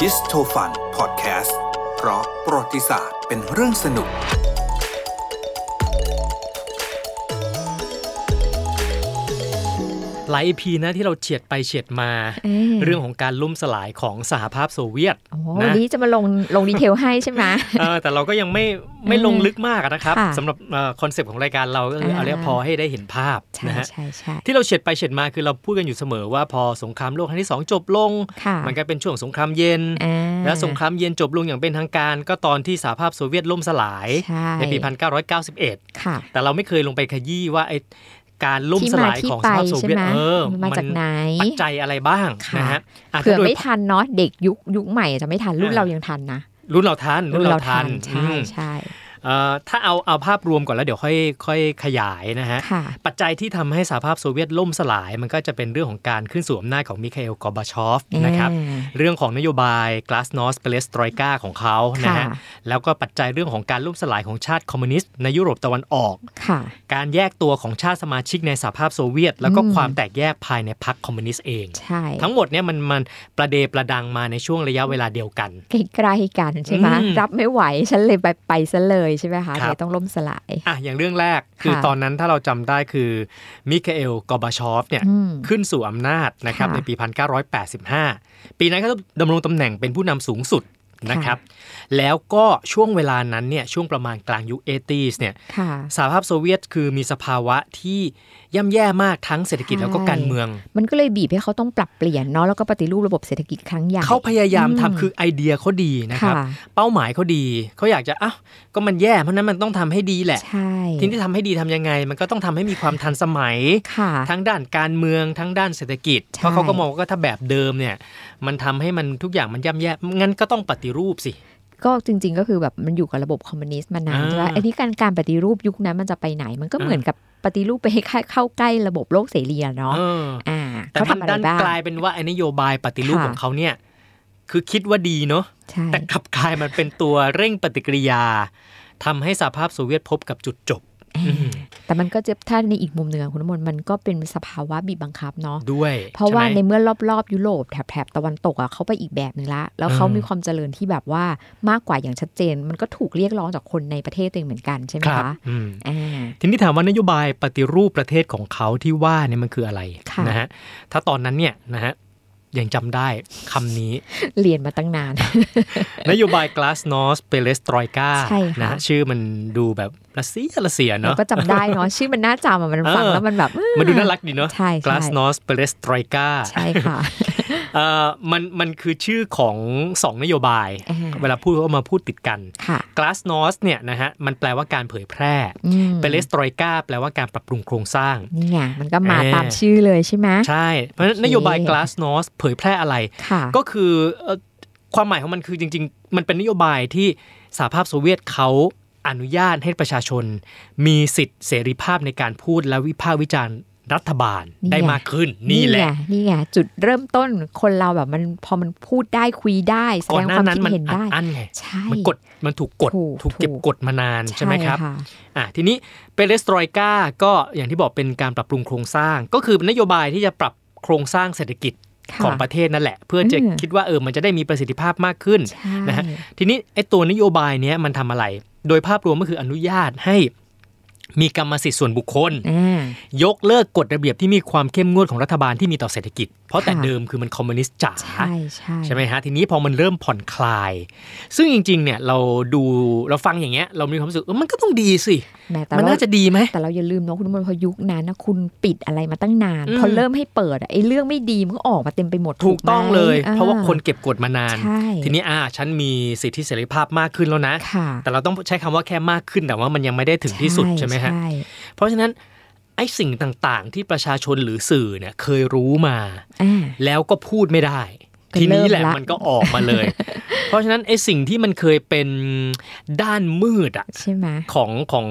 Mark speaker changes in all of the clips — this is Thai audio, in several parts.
Speaker 1: ดิสโทฟันพอดแคสต์เพราะประวัติศาสตร์เป็นเรื่องสนุก
Speaker 2: หลาย EP นะที่เราเฉียดไปเฉียดมา
Speaker 3: ม
Speaker 2: เรื่องของการล่มสลายของสหภาพโซเวียต
Speaker 3: โอ้โห
Speaker 2: นะ
Speaker 3: นี่จะมาลงลงดีเทลให้ใช่ไหม
Speaker 2: เออแต่เราก็ยังไม่ไม่
Speaker 3: เออ
Speaker 2: ลงลึกมากอะนะครับ
Speaker 3: ค่ะ
Speaker 2: สำหรับคอนเซปต์ของรายการเราก็คือ
Speaker 3: อ่า
Speaker 2: เอาเรียกพอให้ได้เห็นภาพ
Speaker 3: ใช่
Speaker 2: นะฮะ
Speaker 3: ใช่ใช่
Speaker 2: ที่เราเฉียดไปเฉียดมาคือเราพูดกันอยู่เสมอว่าพอสงครามโลกครั้งที่ 2 จบลง
Speaker 3: ค่ะ
Speaker 2: มันก็เป็นช่วงสงครามเย็น
Speaker 3: อ่า
Speaker 2: และสงครามเย็นจบลงอย่างเป็นทางการ ก็ตอนที่สหภาพโซเวียตล่มสลาย
Speaker 3: ใช่
Speaker 2: ในปี 1991
Speaker 3: ค่ะ
Speaker 2: แต่เราไม่เคยลงไปขยี้ว่าไอ้การล่ม
Speaker 3: ที่
Speaker 2: ส
Speaker 3: มา
Speaker 2: ลาย
Speaker 3: ที่
Speaker 2: ของ
Speaker 3: ไป
Speaker 2: สหภาพโซ
Speaker 3: ใช่
Speaker 2: เวียต
Speaker 3: ไหม
Speaker 2: เออ
Speaker 3: มันมาจากไหน
Speaker 2: ปัจจัยอะไรบ้าง
Speaker 3: ค่ะ
Speaker 2: นะฮะอ่ะ
Speaker 3: เผื่อ
Speaker 2: ถ้าโดย
Speaker 3: ไม่ทันเนาะเด็กยุคยุคใหม่อาจจะไม่ทันรุ่น
Speaker 2: อ่า
Speaker 3: เรายังทันนะ
Speaker 2: รุ่นเราทันรุ่นเราทัน
Speaker 3: ใช่
Speaker 2: อืม
Speaker 3: ใช่
Speaker 2: เอ่อถ้าเอาเอาภาพรวมก่อนแล้วเดี๋ยวค่อยค่อยขยายนะฮะ
Speaker 3: ค่ะ
Speaker 2: ปัจจัยที่ทำให้สหภาพโซเวียตล่มสลาย มันก็จะเป็นเรื่องของการขึ้นสู่อำนาจของมิคาเอลกอร์บาชอฟนะครับ
Speaker 3: อ่า
Speaker 2: เรื่องของนโยบาย Glasnost p e r e s t r o i k a ของเขานะ
Speaker 3: ค่ะ
Speaker 2: ฮะ แล้วก็ปัจจัยเรื่องของการล่มสลายของชาติคอมมิวนิสต์ในยุโรปตะวันออก
Speaker 3: ค่ะ
Speaker 2: การแยกตัวของชาติสมาชิกในสหภาพโซเวียต แล้วก็
Speaker 3: อืม
Speaker 2: ความแตกแยกภายในพรรคคอมมิวนิสต์เอง
Speaker 3: ใช่
Speaker 2: ทั้งหมดเนี่ยมันมันประเดประดังมาในช่วงระยะเวลาเดียวกัน
Speaker 3: ใกล้ๆกันใช่ไหม
Speaker 2: อืม
Speaker 3: รับไม่ไหวฉันเลยไปไปซะเลยใช่ไหมคะ
Speaker 2: ครับ
Speaker 3: เลยต้องล่มสลาย
Speaker 2: อ่ะอย่างเรื่องแรกคือ
Speaker 3: ค่ะ
Speaker 2: ตอนนั้นถ้าเราจำได้คือมิคาเอลกอร์บาชอฟเนี่ย
Speaker 3: อืม
Speaker 2: ขึ้นสู่อำนาจนะครับ
Speaker 3: ค่ะ
Speaker 2: ในปี 1985 ปีนั้นก็ดำรงตำแหน่งเป็นผู้นำสูงสุดนะครับ แล้วก็ช่วงเวลานั้นเนี่ยช่วงประมาณกลางยุค 80s เนี่ย
Speaker 3: ค่ะ
Speaker 2: สหภาพโซเวียตคือมีสภาวะที่ย่ำแย่มากทั้งเศรษฐกิจ
Speaker 3: ใช่
Speaker 2: แล้วก็การเมือง
Speaker 3: มันก็เลยบีบให้เขาต้องปรับเปลี่ยนเนาะแล้วก็ปฏิรูประบบเศรษฐกิจครั้งใหญ่
Speaker 2: เขาพยายามทำ
Speaker 3: อืม
Speaker 2: คือไอเดียเขาดีนะครับ
Speaker 3: ค่ะ
Speaker 2: เป้าหมายเขาดีเขาอยากจะอ้าวก็มันแย่เพราะฉะนั้นมันต้องทำให้ดีแหละ
Speaker 3: ใช่
Speaker 2: ทีนี้ทำให้ดีทำยังไง มันก็ต้องทำให้มีความทันสมัย
Speaker 3: ค่ะ
Speaker 2: ทั้งด้านการเมืองทั้งด้านเศรษฐกิจ
Speaker 3: ใช่
Speaker 2: เพราะเขาก็มองว่าถ้าแบบเดิมเนี่ย มันทำให้มันทุกอย่างมันย่ำแย่งั้นก็ต้องปฏิรูปสิ
Speaker 3: ก็จริง ๆ ก็คือแบบมันอยู่กับระบบคอมมิวนิสต์มานาน
Speaker 2: อ่า
Speaker 3: ใช่ไหมไอ้นี่การการปฏิรูปยุคนั้นมันจะไปไหน มันก็เหมือนกับปฏิรูปไปให้เข้าใกล้ระบบโลกเสรีอะเนาะ
Speaker 2: เออ
Speaker 3: อ่า
Speaker 2: แต่
Speaker 3: เขา
Speaker 2: มัน
Speaker 3: ทำอะไร
Speaker 2: ดัน
Speaker 3: บ้าง
Speaker 2: กลายเป็นว่าไอ้นโยบายปฏิรูป
Speaker 3: ค่ะ
Speaker 2: ของเขาเนี่ยคือคิดว่าดีเนาะ
Speaker 3: ใช่
Speaker 2: แต่กลับกลายมันเป็นตัวเร่งปฏิกิริยาทำให้สหภาพโซเวียตพบกับจุดจบอืม
Speaker 3: แต่มันก็จะถ้าในอีกมุมหนึ่งอะคุณน้ำมนต์มันก็เป็นสภาวะบีบบังคับเนาะ
Speaker 2: ด้วย
Speaker 3: เพราะ
Speaker 2: ช่
Speaker 3: ว่า
Speaker 2: ไหม
Speaker 3: ในเมื่อรอบๆยุโรปแถบแถบตะวันตกอะเขาไปอีกแบบหนึ่งละแล้วเขา
Speaker 2: อืม
Speaker 3: มีความเจริญที่แบบว่ามากกว่าอย่างชัดเจน มันก็ถูกเรียกร้องจากคนในประเทศตัวเองเหมือนกันใช่ไหม
Speaker 2: ครับ
Speaker 3: คะ
Speaker 2: อืม
Speaker 3: อ่า
Speaker 2: ทีนี้ถามว่านโยบายปฏิรูปประเทศของเขาที่ว่าเนี่ยมันคืออะไร
Speaker 3: ค่ะ
Speaker 2: นะฮะถ้าตอนนั้นเนี่ยนะฮะยังจำได้คำ นี้
Speaker 3: เรียนมาตั้งนาน
Speaker 2: นโยบาย Glasnost p e r e s t r o i k a
Speaker 3: ใช่ค่ะ
Speaker 2: นะฮะชื่อมันดูแบบรัสเซียรัสเซีย
Speaker 3: เรา
Speaker 2: เนาะ
Speaker 3: ก็จำได้เนาะ ชื่อมันน่าจำอะมันฟัง
Speaker 2: เออ
Speaker 3: แล้วมันแบบ
Speaker 2: มันดูน่ารักดีเนาะ
Speaker 3: ใช่ใช่
Speaker 2: Glasnost p e r e s t r o i k a
Speaker 3: ใช่ค่ะ
Speaker 2: เอ่อมันมันคือชื่อของสองนโยบาย
Speaker 3: อ่า
Speaker 2: เวลาพูดก็มาพูดติดกัน
Speaker 3: ค่ะ
Speaker 2: Glasnost เนี่ยนะฮะมันแปลว่าการเผยแพร่
Speaker 3: อืม
Speaker 2: p e r e s t r o i k a แปลว่าการปรับปรุงโครงสร้าง
Speaker 3: นี่ไงมันก็มา
Speaker 2: เอ่อ
Speaker 3: ตามชื่อเลยใช่ไหม
Speaker 2: ใช่ เพราะฉะนั้น
Speaker 3: โอเค
Speaker 2: นโยบาย Glasnost เผยแพร่อะไร
Speaker 3: ค่ะ
Speaker 2: ก็คือเอ่อความหมายของมันคือจริง ๆ มันเป็นนโยบายที่สหภาพโซเวียตเขาอนุญาตให้ประชาชน มีสิทธิเสรีภาพในการพูดและวิพากษ์วิจารณ์รัฐบาล
Speaker 3: นี่ไง
Speaker 2: ได้มากขึ้นนี่แหละ
Speaker 3: ไงนี่ไงจุดเริ่มต้นคนเราแบบมันพอมันพูดได้คุยได้แส
Speaker 2: ก่อน
Speaker 3: ดง
Speaker 2: หน้าว
Speaker 3: คาม
Speaker 2: นั้น
Speaker 3: คิด
Speaker 2: มัน
Speaker 3: เห็น
Speaker 2: อัด
Speaker 3: ได้
Speaker 2: อั้นไง
Speaker 3: ใช่
Speaker 2: มันกดมันถูกกดถูกเก็บกดมานานใช่ไหมครับ
Speaker 3: ะ
Speaker 2: อ่ะทีนี้เปเรสตรอยกาก็อย่างที่บอกเป็นการปรับปรุงโครงสร้าง ก็คือนโยบายที่จะปรับโครงสร้างเศรษฐกิจ
Speaker 3: ค่ะ
Speaker 2: ของประเทศนั่นแหละ เพื่อจะ
Speaker 3: อืม
Speaker 2: คิดว่าเออมันจะได้มีประสิทธิภาพมากขึ้น
Speaker 3: ใช่
Speaker 2: นะฮะ ทีนี้ไอ้ตัวนโยบายเนี้ยมันทำอะไร โดยภาพรวมก็คืออนุญาตให้มีกรรมสิทธิ์ส่วนบุคคล
Speaker 3: อ่า
Speaker 2: ยกเลิกกฎระเบียบที่มีความเข้มงวดของรัฐบาลที่มีต่อเศรษฐกิจ เพราะแต่
Speaker 3: ค่ะ
Speaker 2: เดิมคือมันคอมมิวนิสต์จ๋า
Speaker 3: ใช่ใช่
Speaker 2: ไหมฮะทีนี้พอมันเริ่มผ่อนคลาย ซึ่งจริงๆเนี่ยเราดูเราฟังอย่างเงี้ยเรามีความรู้สึกเออมันก็ต้องดีสิ
Speaker 3: แหม่แต่
Speaker 2: มัน
Speaker 3: ว่า
Speaker 2: น่าจะดีไหม
Speaker 3: แต่เราอย่าลืมเนาะคุณมนต์พอยุคนั้นนะคุณปิดอะไรมาตั้งนาน
Speaker 2: อืม
Speaker 3: พอเริ่มให้เปิดอะไอ้เรื่องไม่ดีมันก็ออกมาเต็มไปหมด
Speaker 2: ถูกต้อง
Speaker 3: ไหม
Speaker 2: เลย เพราะว่า
Speaker 3: อ่
Speaker 2: คนเก็บกดมานาน
Speaker 3: ใช่
Speaker 2: ทีนี้อ่าฉันมีสิทธิเสรีภาพมากขึ้นแล้วนะ
Speaker 3: ค่ะ
Speaker 2: แต่เราต้องใช้คำว่าแค่มากขึ้นแต่ว่ามันยังไม่ได้ถึงที่สุดใช่ไหมฮะ
Speaker 3: ใช่
Speaker 2: เพราะฉะนั้นไอ้สิ่งต่างๆ ที่ประชาชนหรือสื่อเนี่ยเคยรู้มา
Speaker 3: อ่า
Speaker 2: แล้วก็พูดไม่ได้
Speaker 3: ก็
Speaker 2: ทีนี้แหละ
Speaker 3: เริ่มละ
Speaker 2: มันก็ออกมาเลย เพราะฉะนั้นไอ้สิ่งที่มันเคยเป็นด้านมืดอะ
Speaker 3: ใช่ไหม
Speaker 2: ของของ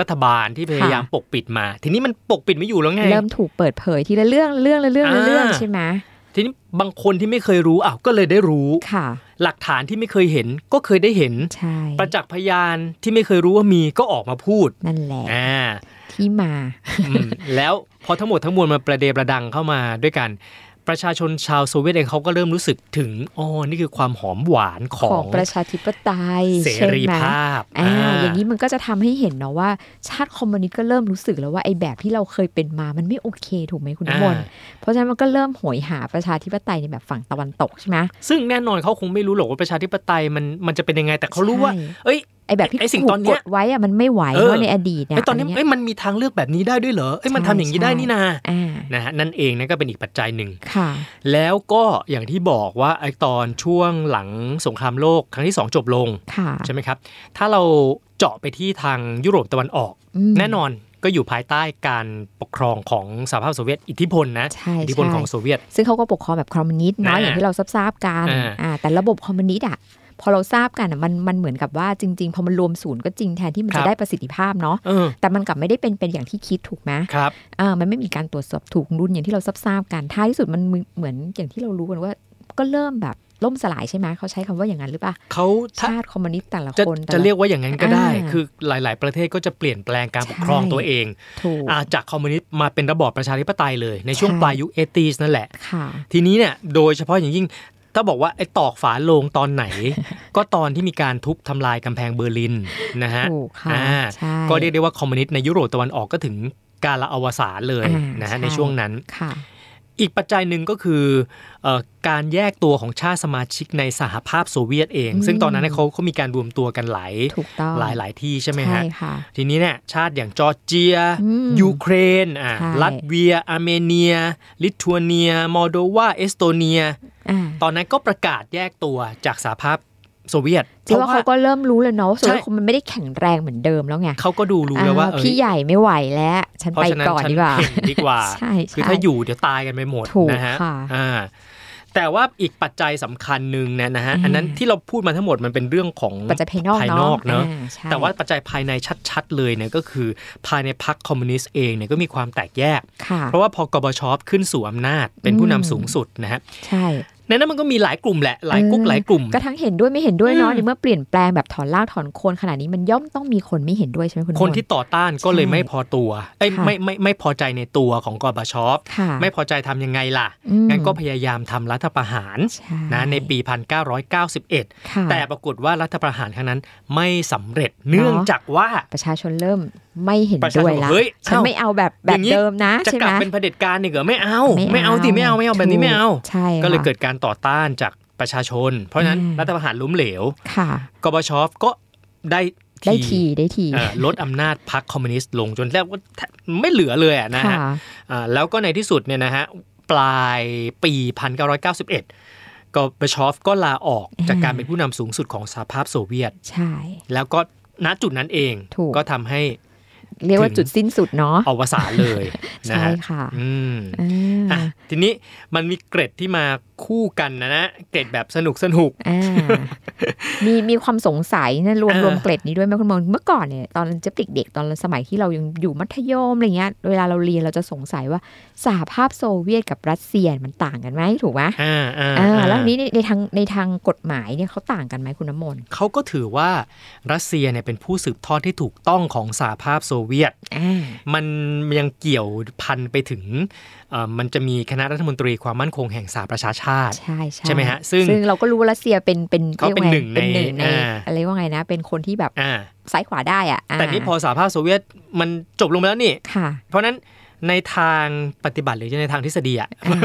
Speaker 2: รัฐบาลที่พยายาม
Speaker 3: ค่ะ
Speaker 2: ปกปิดมา ทีนี้มันปกปิดไม่อยู่แล้วไง
Speaker 3: เริ่มถูกเปิดเผยทีละเรื่องเรื่องละเรื่องละเรื่อง
Speaker 2: อ่า
Speaker 3: ใช่ไหม
Speaker 2: ทีนี้บางคนที่ไม่เคยรู้อ้าวก็เลยได้รู้
Speaker 3: ค่ะ
Speaker 2: หลักฐานที่ไม่เคยเห็นก็เคยได้เห็น
Speaker 3: ใช่
Speaker 2: ประจักษ์พยานที่ไม่เคยรู้ว่ามีก็ออกมาพูด
Speaker 3: นั่นแหละ
Speaker 2: อ่า
Speaker 3: ที่มา
Speaker 2: อืมแล้วพอทั้งหมดทั้งมวลมาประเดประดังเข้ามาด้วยกัน ประชาชนชาวโซเวียตเองเขาก็เริ่มรู้สึกถึงอ๋อนี่คือความหอมหวานข
Speaker 3: ข
Speaker 2: อ
Speaker 3: อง
Speaker 2: ง
Speaker 3: ประชาธิปไตย
Speaker 2: เส
Speaker 3: ใช่
Speaker 2: รี
Speaker 3: ไหม
Speaker 2: ภาพ
Speaker 3: อ่าอย่าง
Speaker 2: นี้
Speaker 3: นี้มันก็จะทำให้เห็นเนาะว่าชาติคอมมิวนิสต์ก็เริ่มรู้สึกแล้วว่าไอ้แบบที่เราเคยเป็นมามันไม่โอเคถูกไหมคุณน้ำมนต์เพราะฉะนั้นมันก็เริ่มโหยหาประชาธิปไตยในแบบฝั่งตะวันตกใช่ไหม
Speaker 2: ซึ่งแน่นอนเขาคงไม่รู้หรอกว่าประชาธิปไตยมันมันจะเป็นยังไงแต่เขารู้ว่า
Speaker 3: ใช่
Speaker 2: เอ้ย
Speaker 3: ไอ้แบบที่
Speaker 2: ไอ้สิ่ง
Speaker 3: ถูก
Speaker 2: ตอนเนี้
Speaker 3: ก
Speaker 2: ย
Speaker 3: ดไว้อะมันไม่ไหว
Speaker 2: เออ
Speaker 3: เพราะในอดีตเนี่ย
Speaker 2: ไอ้ตอนนี้
Speaker 3: ะไรเงี้ย
Speaker 2: เอ้ยมันมีทางเลือกแบบนี้ได้ด้วยเหรอเอ้ยมัน
Speaker 3: ใช่
Speaker 2: ทำอย่างนี้
Speaker 3: ใช่
Speaker 2: ได้นี่นา
Speaker 3: อ่า
Speaker 2: นะฮะนั่นเองนั่นก็เป็นอีกปัจจัยหนึ่ง
Speaker 3: ค่ะ
Speaker 2: แล้วก็อย่างที่บอกว่าไอ้ตอนช่วงหลังสงครามโลกครั้งที่สองจบลง
Speaker 3: ค่ะ
Speaker 2: ใช่ไหมครับ ถ้าเราเจาะไปที่ทางยุโรปตะวันออก
Speaker 3: ม
Speaker 2: แน่นอนก็อยู่ภายใต้การปกครองของสหภาพโซเวียตอิทธิพลนะ
Speaker 3: ใช่
Speaker 2: อิทธิพล
Speaker 3: ใช่
Speaker 2: ของโซเวียต
Speaker 3: ซึ่งเขาก็ปกครองแบบคอมมิวนิสต์เนาะ
Speaker 2: อ่า
Speaker 3: อย่างที่เราทราบๆกัน
Speaker 2: อ่า
Speaker 3: อ่าแต่ระบบคอมมิวนิสต์อ่ะพอเราทราบกันอะมันมันเหมือนกับว่าจริงๆพอมันรวมศูนย์ก็จริงแทนที่มันจะได้ประสิทธิภาพเนาะ
Speaker 2: เออ
Speaker 3: แต่มันกลับไม่ได้เป็นเป็นอย่างที่คิดถูกไหม
Speaker 2: ครับ
Speaker 3: เออมันไม่มีการตรวจสอบถูกรุ่นอย่างที่เราทราบๆกันท้ายที่สุดมันเหมือนอย่างที่เรารู้กันว่า ก็เริ่มแบบล่มสลายใช่ไหมเขาใช้คำว่าอย่างนั้นหรือเปล่า
Speaker 2: เขาถ้า
Speaker 3: ชาติคอมมิวนิสต์แต่ละ
Speaker 2: จะ
Speaker 3: คนแต่
Speaker 2: จะ
Speaker 3: ละ
Speaker 2: เรียกว่าอย่างนั้นก็ได้
Speaker 3: อ่า
Speaker 2: คือหลาย ๆ ประเทศก็จะเปลี่ยนแปลงการปกครอง
Speaker 3: ใช่
Speaker 2: ตัวเอง
Speaker 3: ถูก
Speaker 2: อาจากคอมมิวนิสต์มาเป็นระบอบประชาธิปไตยเลย ในช่วง
Speaker 3: ใช่
Speaker 2: ปลายยุคเอตีสนั่นแหละ
Speaker 3: ค่ะ
Speaker 2: ทีนี้เนี่ยโดยเฉพาะอย่างยิ่ง ถ้าบอกว่าไอ้ตอกฝาโลงตอนไหน ก็ตอนที่มีการทุบทำลายกำแพงเบอร์ลินนะฮะ
Speaker 3: ถูกค่ะ
Speaker 2: อ่า
Speaker 3: ใช่
Speaker 2: ก็เรียกได้ว่าคอมมิวนิสต์ในยุโรปตะวันออกก็ถึงการละอวสานเลย
Speaker 3: อ่า
Speaker 2: นะฮะ
Speaker 3: ช่
Speaker 2: ในช่วงนั้น
Speaker 3: ค่ะ
Speaker 2: อีกปัจจัยหนึ่งก็คือเอ่อการแยกตัวของชาติสมาชิกในสหภาพโซเวียตเอง ซึ่งตอนนั้นเนยเขาเขามีการรวมตัวกันหลาย
Speaker 3: ถูกต้อง
Speaker 2: หลายหลายที่ใช่ไหม
Speaker 3: ใช่
Speaker 2: ฮะ
Speaker 3: ค่ะ
Speaker 2: ทีนี้เนี่ยชาติอย่างจอร์เจีย
Speaker 3: อืม
Speaker 2: ยูเครนอ่า
Speaker 3: ใช่
Speaker 2: ลัตเวีย อาร์เมเนีย ลิทัวเนีย มอลโดวา เอสโตเนีย
Speaker 3: อ่า
Speaker 2: ตอนนั้นก็ประกาศแยกตัวจากสหภาพโซเวียต
Speaker 3: เจ๊ว่าเขาก็เริ่มรู้แล้วเนาะ
Speaker 2: ใช่
Speaker 3: ส่วนคงมันไม่ได้แข็งแรงเหมือนเดิมแล้วไง
Speaker 2: เขาก็ดูรู้แล้วว่า
Speaker 3: อ่า
Speaker 2: เอ้ย
Speaker 3: พี่ใหญ่ไม่ไหวแล้ว ฉัน
Speaker 2: เพ
Speaker 3: ไป
Speaker 2: ราะฉะนั้น
Speaker 3: ก่อน
Speaker 2: ฉั
Speaker 3: ดีกว่า
Speaker 2: เพ่งดีกว่า
Speaker 3: ใช่ใช่
Speaker 2: คือถ้าอยู่เดี๋ยวตายกันไปหมด
Speaker 3: ถูก
Speaker 2: นะฮะ
Speaker 3: ค่ะ
Speaker 2: อ่าแต่ว่าอีกปัจจัยสำคัญหนึ่งเนะนะฮะ
Speaker 3: อ่า
Speaker 2: อันนั้นที่เราพูดมาทั้งหมดมันเป็นเรื่องของ
Speaker 3: ปัจจัยภายนอก
Speaker 2: ภายน
Speaker 3: เนาะ
Speaker 2: อกเนอะ
Speaker 3: อ่ใช่
Speaker 2: แต่ว่าปัจจัยภายในชัดๆ เลยเนี่ยก็คือภายในพรรคคอมมิวนิสต์เองเนี่ยก็มีความแตกแยก
Speaker 3: ค่ะ
Speaker 2: เพราะว่าพอกบชขึ้นสู่อำนาจเป็นผู้นำสูงสุดนะฮะ
Speaker 3: ใช่
Speaker 2: ในนั้นมันก็มีหลายกลุ่มแหละหลายกุ๊ก
Speaker 3: เออ
Speaker 2: หลายกลุ่ม
Speaker 3: ก็ทั้งเห็นด้วยไม่เห็นด้วยเนาะ
Speaker 2: อืม
Speaker 3: ในเมื่อเปลี่ยนแปลงแบบถอนล่ากถอนโคนขนาดนี้มันย่อมต้องมีคนไม่เห็นด้วยใช่ไหมคุณ
Speaker 2: คน
Speaker 3: ม
Speaker 2: ที่ต่อต้านก็เลย
Speaker 3: ใช่
Speaker 2: ไม่พอตัวเอ้ย
Speaker 3: ค่ะ
Speaker 2: ไม่ไม่ไม่พอใจในตัวของกบช
Speaker 3: ค่ะ
Speaker 2: ไม่พอใจทำยังไงล่ะ
Speaker 3: อืม
Speaker 2: งั้นก็พยายามทำรัฐประหาร
Speaker 3: ใช่
Speaker 2: นะในปี 1991
Speaker 3: ค่ะ
Speaker 2: แต่ปรากฏว่ารัฐประหารครั้งนั้นไม่สำเร็จเนื่องจากว่า
Speaker 3: ประชาชนเริ่มไม่เห็น
Speaker 2: ประชาชน
Speaker 3: ด้วยละ
Speaker 2: เฮ้ย
Speaker 3: ฉัน
Speaker 2: เอ้า
Speaker 3: ไม่เอาแบบแบ
Speaker 2: อบ ย่างนี้
Speaker 3: เดิมนะ
Speaker 2: จะ
Speaker 3: ใช่
Speaker 2: ก
Speaker 3: ไห
Speaker 2: ลั
Speaker 3: ม
Speaker 2: บเป็นเผด็จการอีกเหรอไม่เอาไม่เอาสิไม่เอาไม่เอาแบบนี้ไม่เอา
Speaker 3: ถูกใช่
Speaker 2: ก็เลยเกิ
Speaker 3: ค่ะ
Speaker 2: ดการต่อต้านจากประชาชน เพราะฉะนั้น
Speaker 3: อืม
Speaker 2: รัฐประหารล้มเหลว
Speaker 3: ค่ะ
Speaker 2: กบชก็ได้
Speaker 3: ได้ทีได้ที
Speaker 2: เอ่อลดอำนาจพรรคคอมมิวนิสต์ลงจนแทบว่าไม่เหลือเลยอะนะ
Speaker 3: ค่ะ
Speaker 2: ฮะอ่าแล้วก็ในที่สุดเนี่ยนะฮะปลายปี 1991กบชก็ลาออกจากการเป็นผู้นำสูงสุดของสหภาพโซเวียต
Speaker 3: ใช่
Speaker 2: แล้วก็ณจุดนั้นเอง
Speaker 3: ถูก
Speaker 2: ก็ทำให้
Speaker 3: เรียกว่า
Speaker 2: ถึง
Speaker 3: จุดสิ้นสุดเนาะ
Speaker 2: อวสานเลยนะ
Speaker 3: ใช่
Speaker 2: ฮะ
Speaker 3: ค่ะ
Speaker 2: อืม
Speaker 3: อ่า
Speaker 2: อ่ะทีนี้มันมีเกร็ดที่มาคู่กันนะนะเกร็ดแบบสนุกสนุก
Speaker 3: อ่ามีมีความสงสัยนะรวม
Speaker 2: เออ
Speaker 3: รวมเกล็ดนี้ด้วยไหมคุณมองเมื่อก่อนเนี่ยตอนจะเด็กๆตอนสมัยที่เรายังอยู่มัธยมอะไรเงี้ยเวลาเราเรียนเราจะสงสัยว่าสหภาพโซเวียตกับรัสเซียมันต่างกันไหมถูกไหม
Speaker 2: อ่าอ่า
Speaker 3: อ่า
Speaker 2: อ่า
Speaker 3: แล้วทีนี้ในในทางในทางกฎหมายเนี่ยเขาต่างกันไหมคุณน้ำมนต์
Speaker 2: เขาก็ถือว่ารัสเซียเนี่ยเป็นผู้สืบทอดที่ถูกต้องของสหภาพโซเวียต
Speaker 3: อ่า
Speaker 2: มันยังเกี่ยวพันไปถึงเอ่อมันจะมีคณะรัฐมนตรีความมั่นคงแห่งสหประชาชาติ
Speaker 3: ใช่ใช่
Speaker 2: ใช่ไหมฮะซึ่ง
Speaker 3: เราก็รู้ว่ารัสเซียเป็นเป็น
Speaker 2: เขาเป็น
Speaker 3: รียกว่
Speaker 2: หนึ่งใน
Speaker 3: เป็นหนึ่งใน
Speaker 2: อ่า
Speaker 3: อะไรว่าไงนะ เป็นคนที่แบบ
Speaker 2: อ่า
Speaker 3: ซ้ายขวาได้อ่ะา
Speaker 2: แต่นี่พอสหภาพโซเวียตมันจบลงไปแล้วนี่
Speaker 3: ค่ะ
Speaker 2: เพราะฉะนั้นในทางปฏิบัติหรือในทางทฤษฎีอ่ะ
Speaker 3: อ่า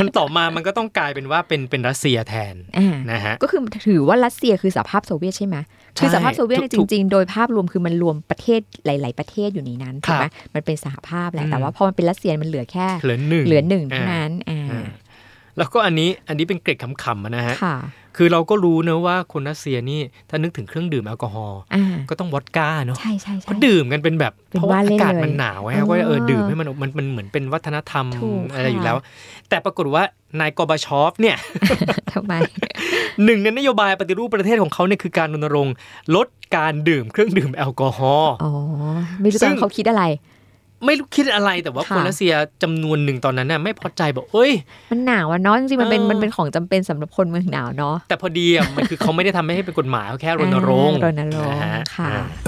Speaker 2: มันต่อมามันก็ต้องกลายเป็นว่าเป็นเป็นรัสเซียแทน
Speaker 3: อ่า
Speaker 2: นะฮะ
Speaker 3: ก็คือถือว่ารัสเซียคือสหภาพโซเวียตใช่ไหม
Speaker 2: ใช่
Speaker 3: คือสหภาพโซเวียตเนี่ย
Speaker 2: ถู
Speaker 3: จ
Speaker 2: ก
Speaker 3: ริงๆ โดยภาพรวมคือมันรวมประเทศหลาย ๆ ประเทศอยู่ในนั้นถูกไหมมันเป็นสหภาพแห
Speaker 2: อื
Speaker 3: ละ
Speaker 2: ม
Speaker 3: แต่ว่าพอมันเป็นรัสเซียมันเหลือแค่
Speaker 2: เหลือหนึ่ง
Speaker 3: เหลือหนึ่งเท่า
Speaker 2: อ่า
Speaker 3: นั้นอ่า
Speaker 2: อ่าแล้วก็อันนี้อันนี้เป็นเกร็ดขำๆอะนะฮะ
Speaker 3: ค่ะ
Speaker 2: คือเราก็รู้นะว่าคนรัสเซียนี่ถ้านึกถึงเครื่องดื่มแอลกอฮอล์
Speaker 3: อ่า
Speaker 2: ก็ต้องวอดก้าเนาะ
Speaker 3: ใช่ใช่
Speaker 2: เขา
Speaker 3: ใช่
Speaker 2: ดื่มกันเป็นแบบ
Speaker 3: เป็น
Speaker 2: เพราะว่า
Speaker 3: ว่าเล่
Speaker 2: อาน กาศ
Speaker 3: เลย
Speaker 2: มันหนาวไงก็เออ
Speaker 3: เออ
Speaker 2: ดื่มให้มันมันมันเหมือนเป็นวัฒนธรรม
Speaker 3: ถูก
Speaker 2: อะไรอยู่
Speaker 3: ค่ะ
Speaker 2: แล้ว แต่ปรากฏว่านายกบาชอฟเนี่ย
Speaker 3: ทำไม
Speaker 2: หนึ่งในนโยบายปฏิรูปประเทศของเขาเนี่ยคือการรณรงค์ลดการดื่มเครื่องดื่มแอลกอฮอล์
Speaker 3: อ๋อ ไม่รู้
Speaker 2: ซึ่
Speaker 3: ตอง นเขาคิดอะไร
Speaker 2: ไม่รู้คิดอะไรแต่ว่า
Speaker 3: ค่ะ
Speaker 2: คนรัสเซียจำนวนหนึ่งตอนนั้นน่ะไม่พอใจบอกเอ้ย
Speaker 3: มันหนาวอะเนาะจริงๆมันเป็น
Speaker 2: เออ
Speaker 3: มันเป็นของจำเป็นสำหรับคนเมืองหนาวเนาะ
Speaker 2: แต่พอดีอ่ะ มันคือเขาไม่ได้ทำให้เป็นกฎหมายเขาแค่รณรงค์
Speaker 3: อ่ารณรงค์
Speaker 2: นะฮะ
Speaker 3: ค่ะ
Speaker 2: อ่า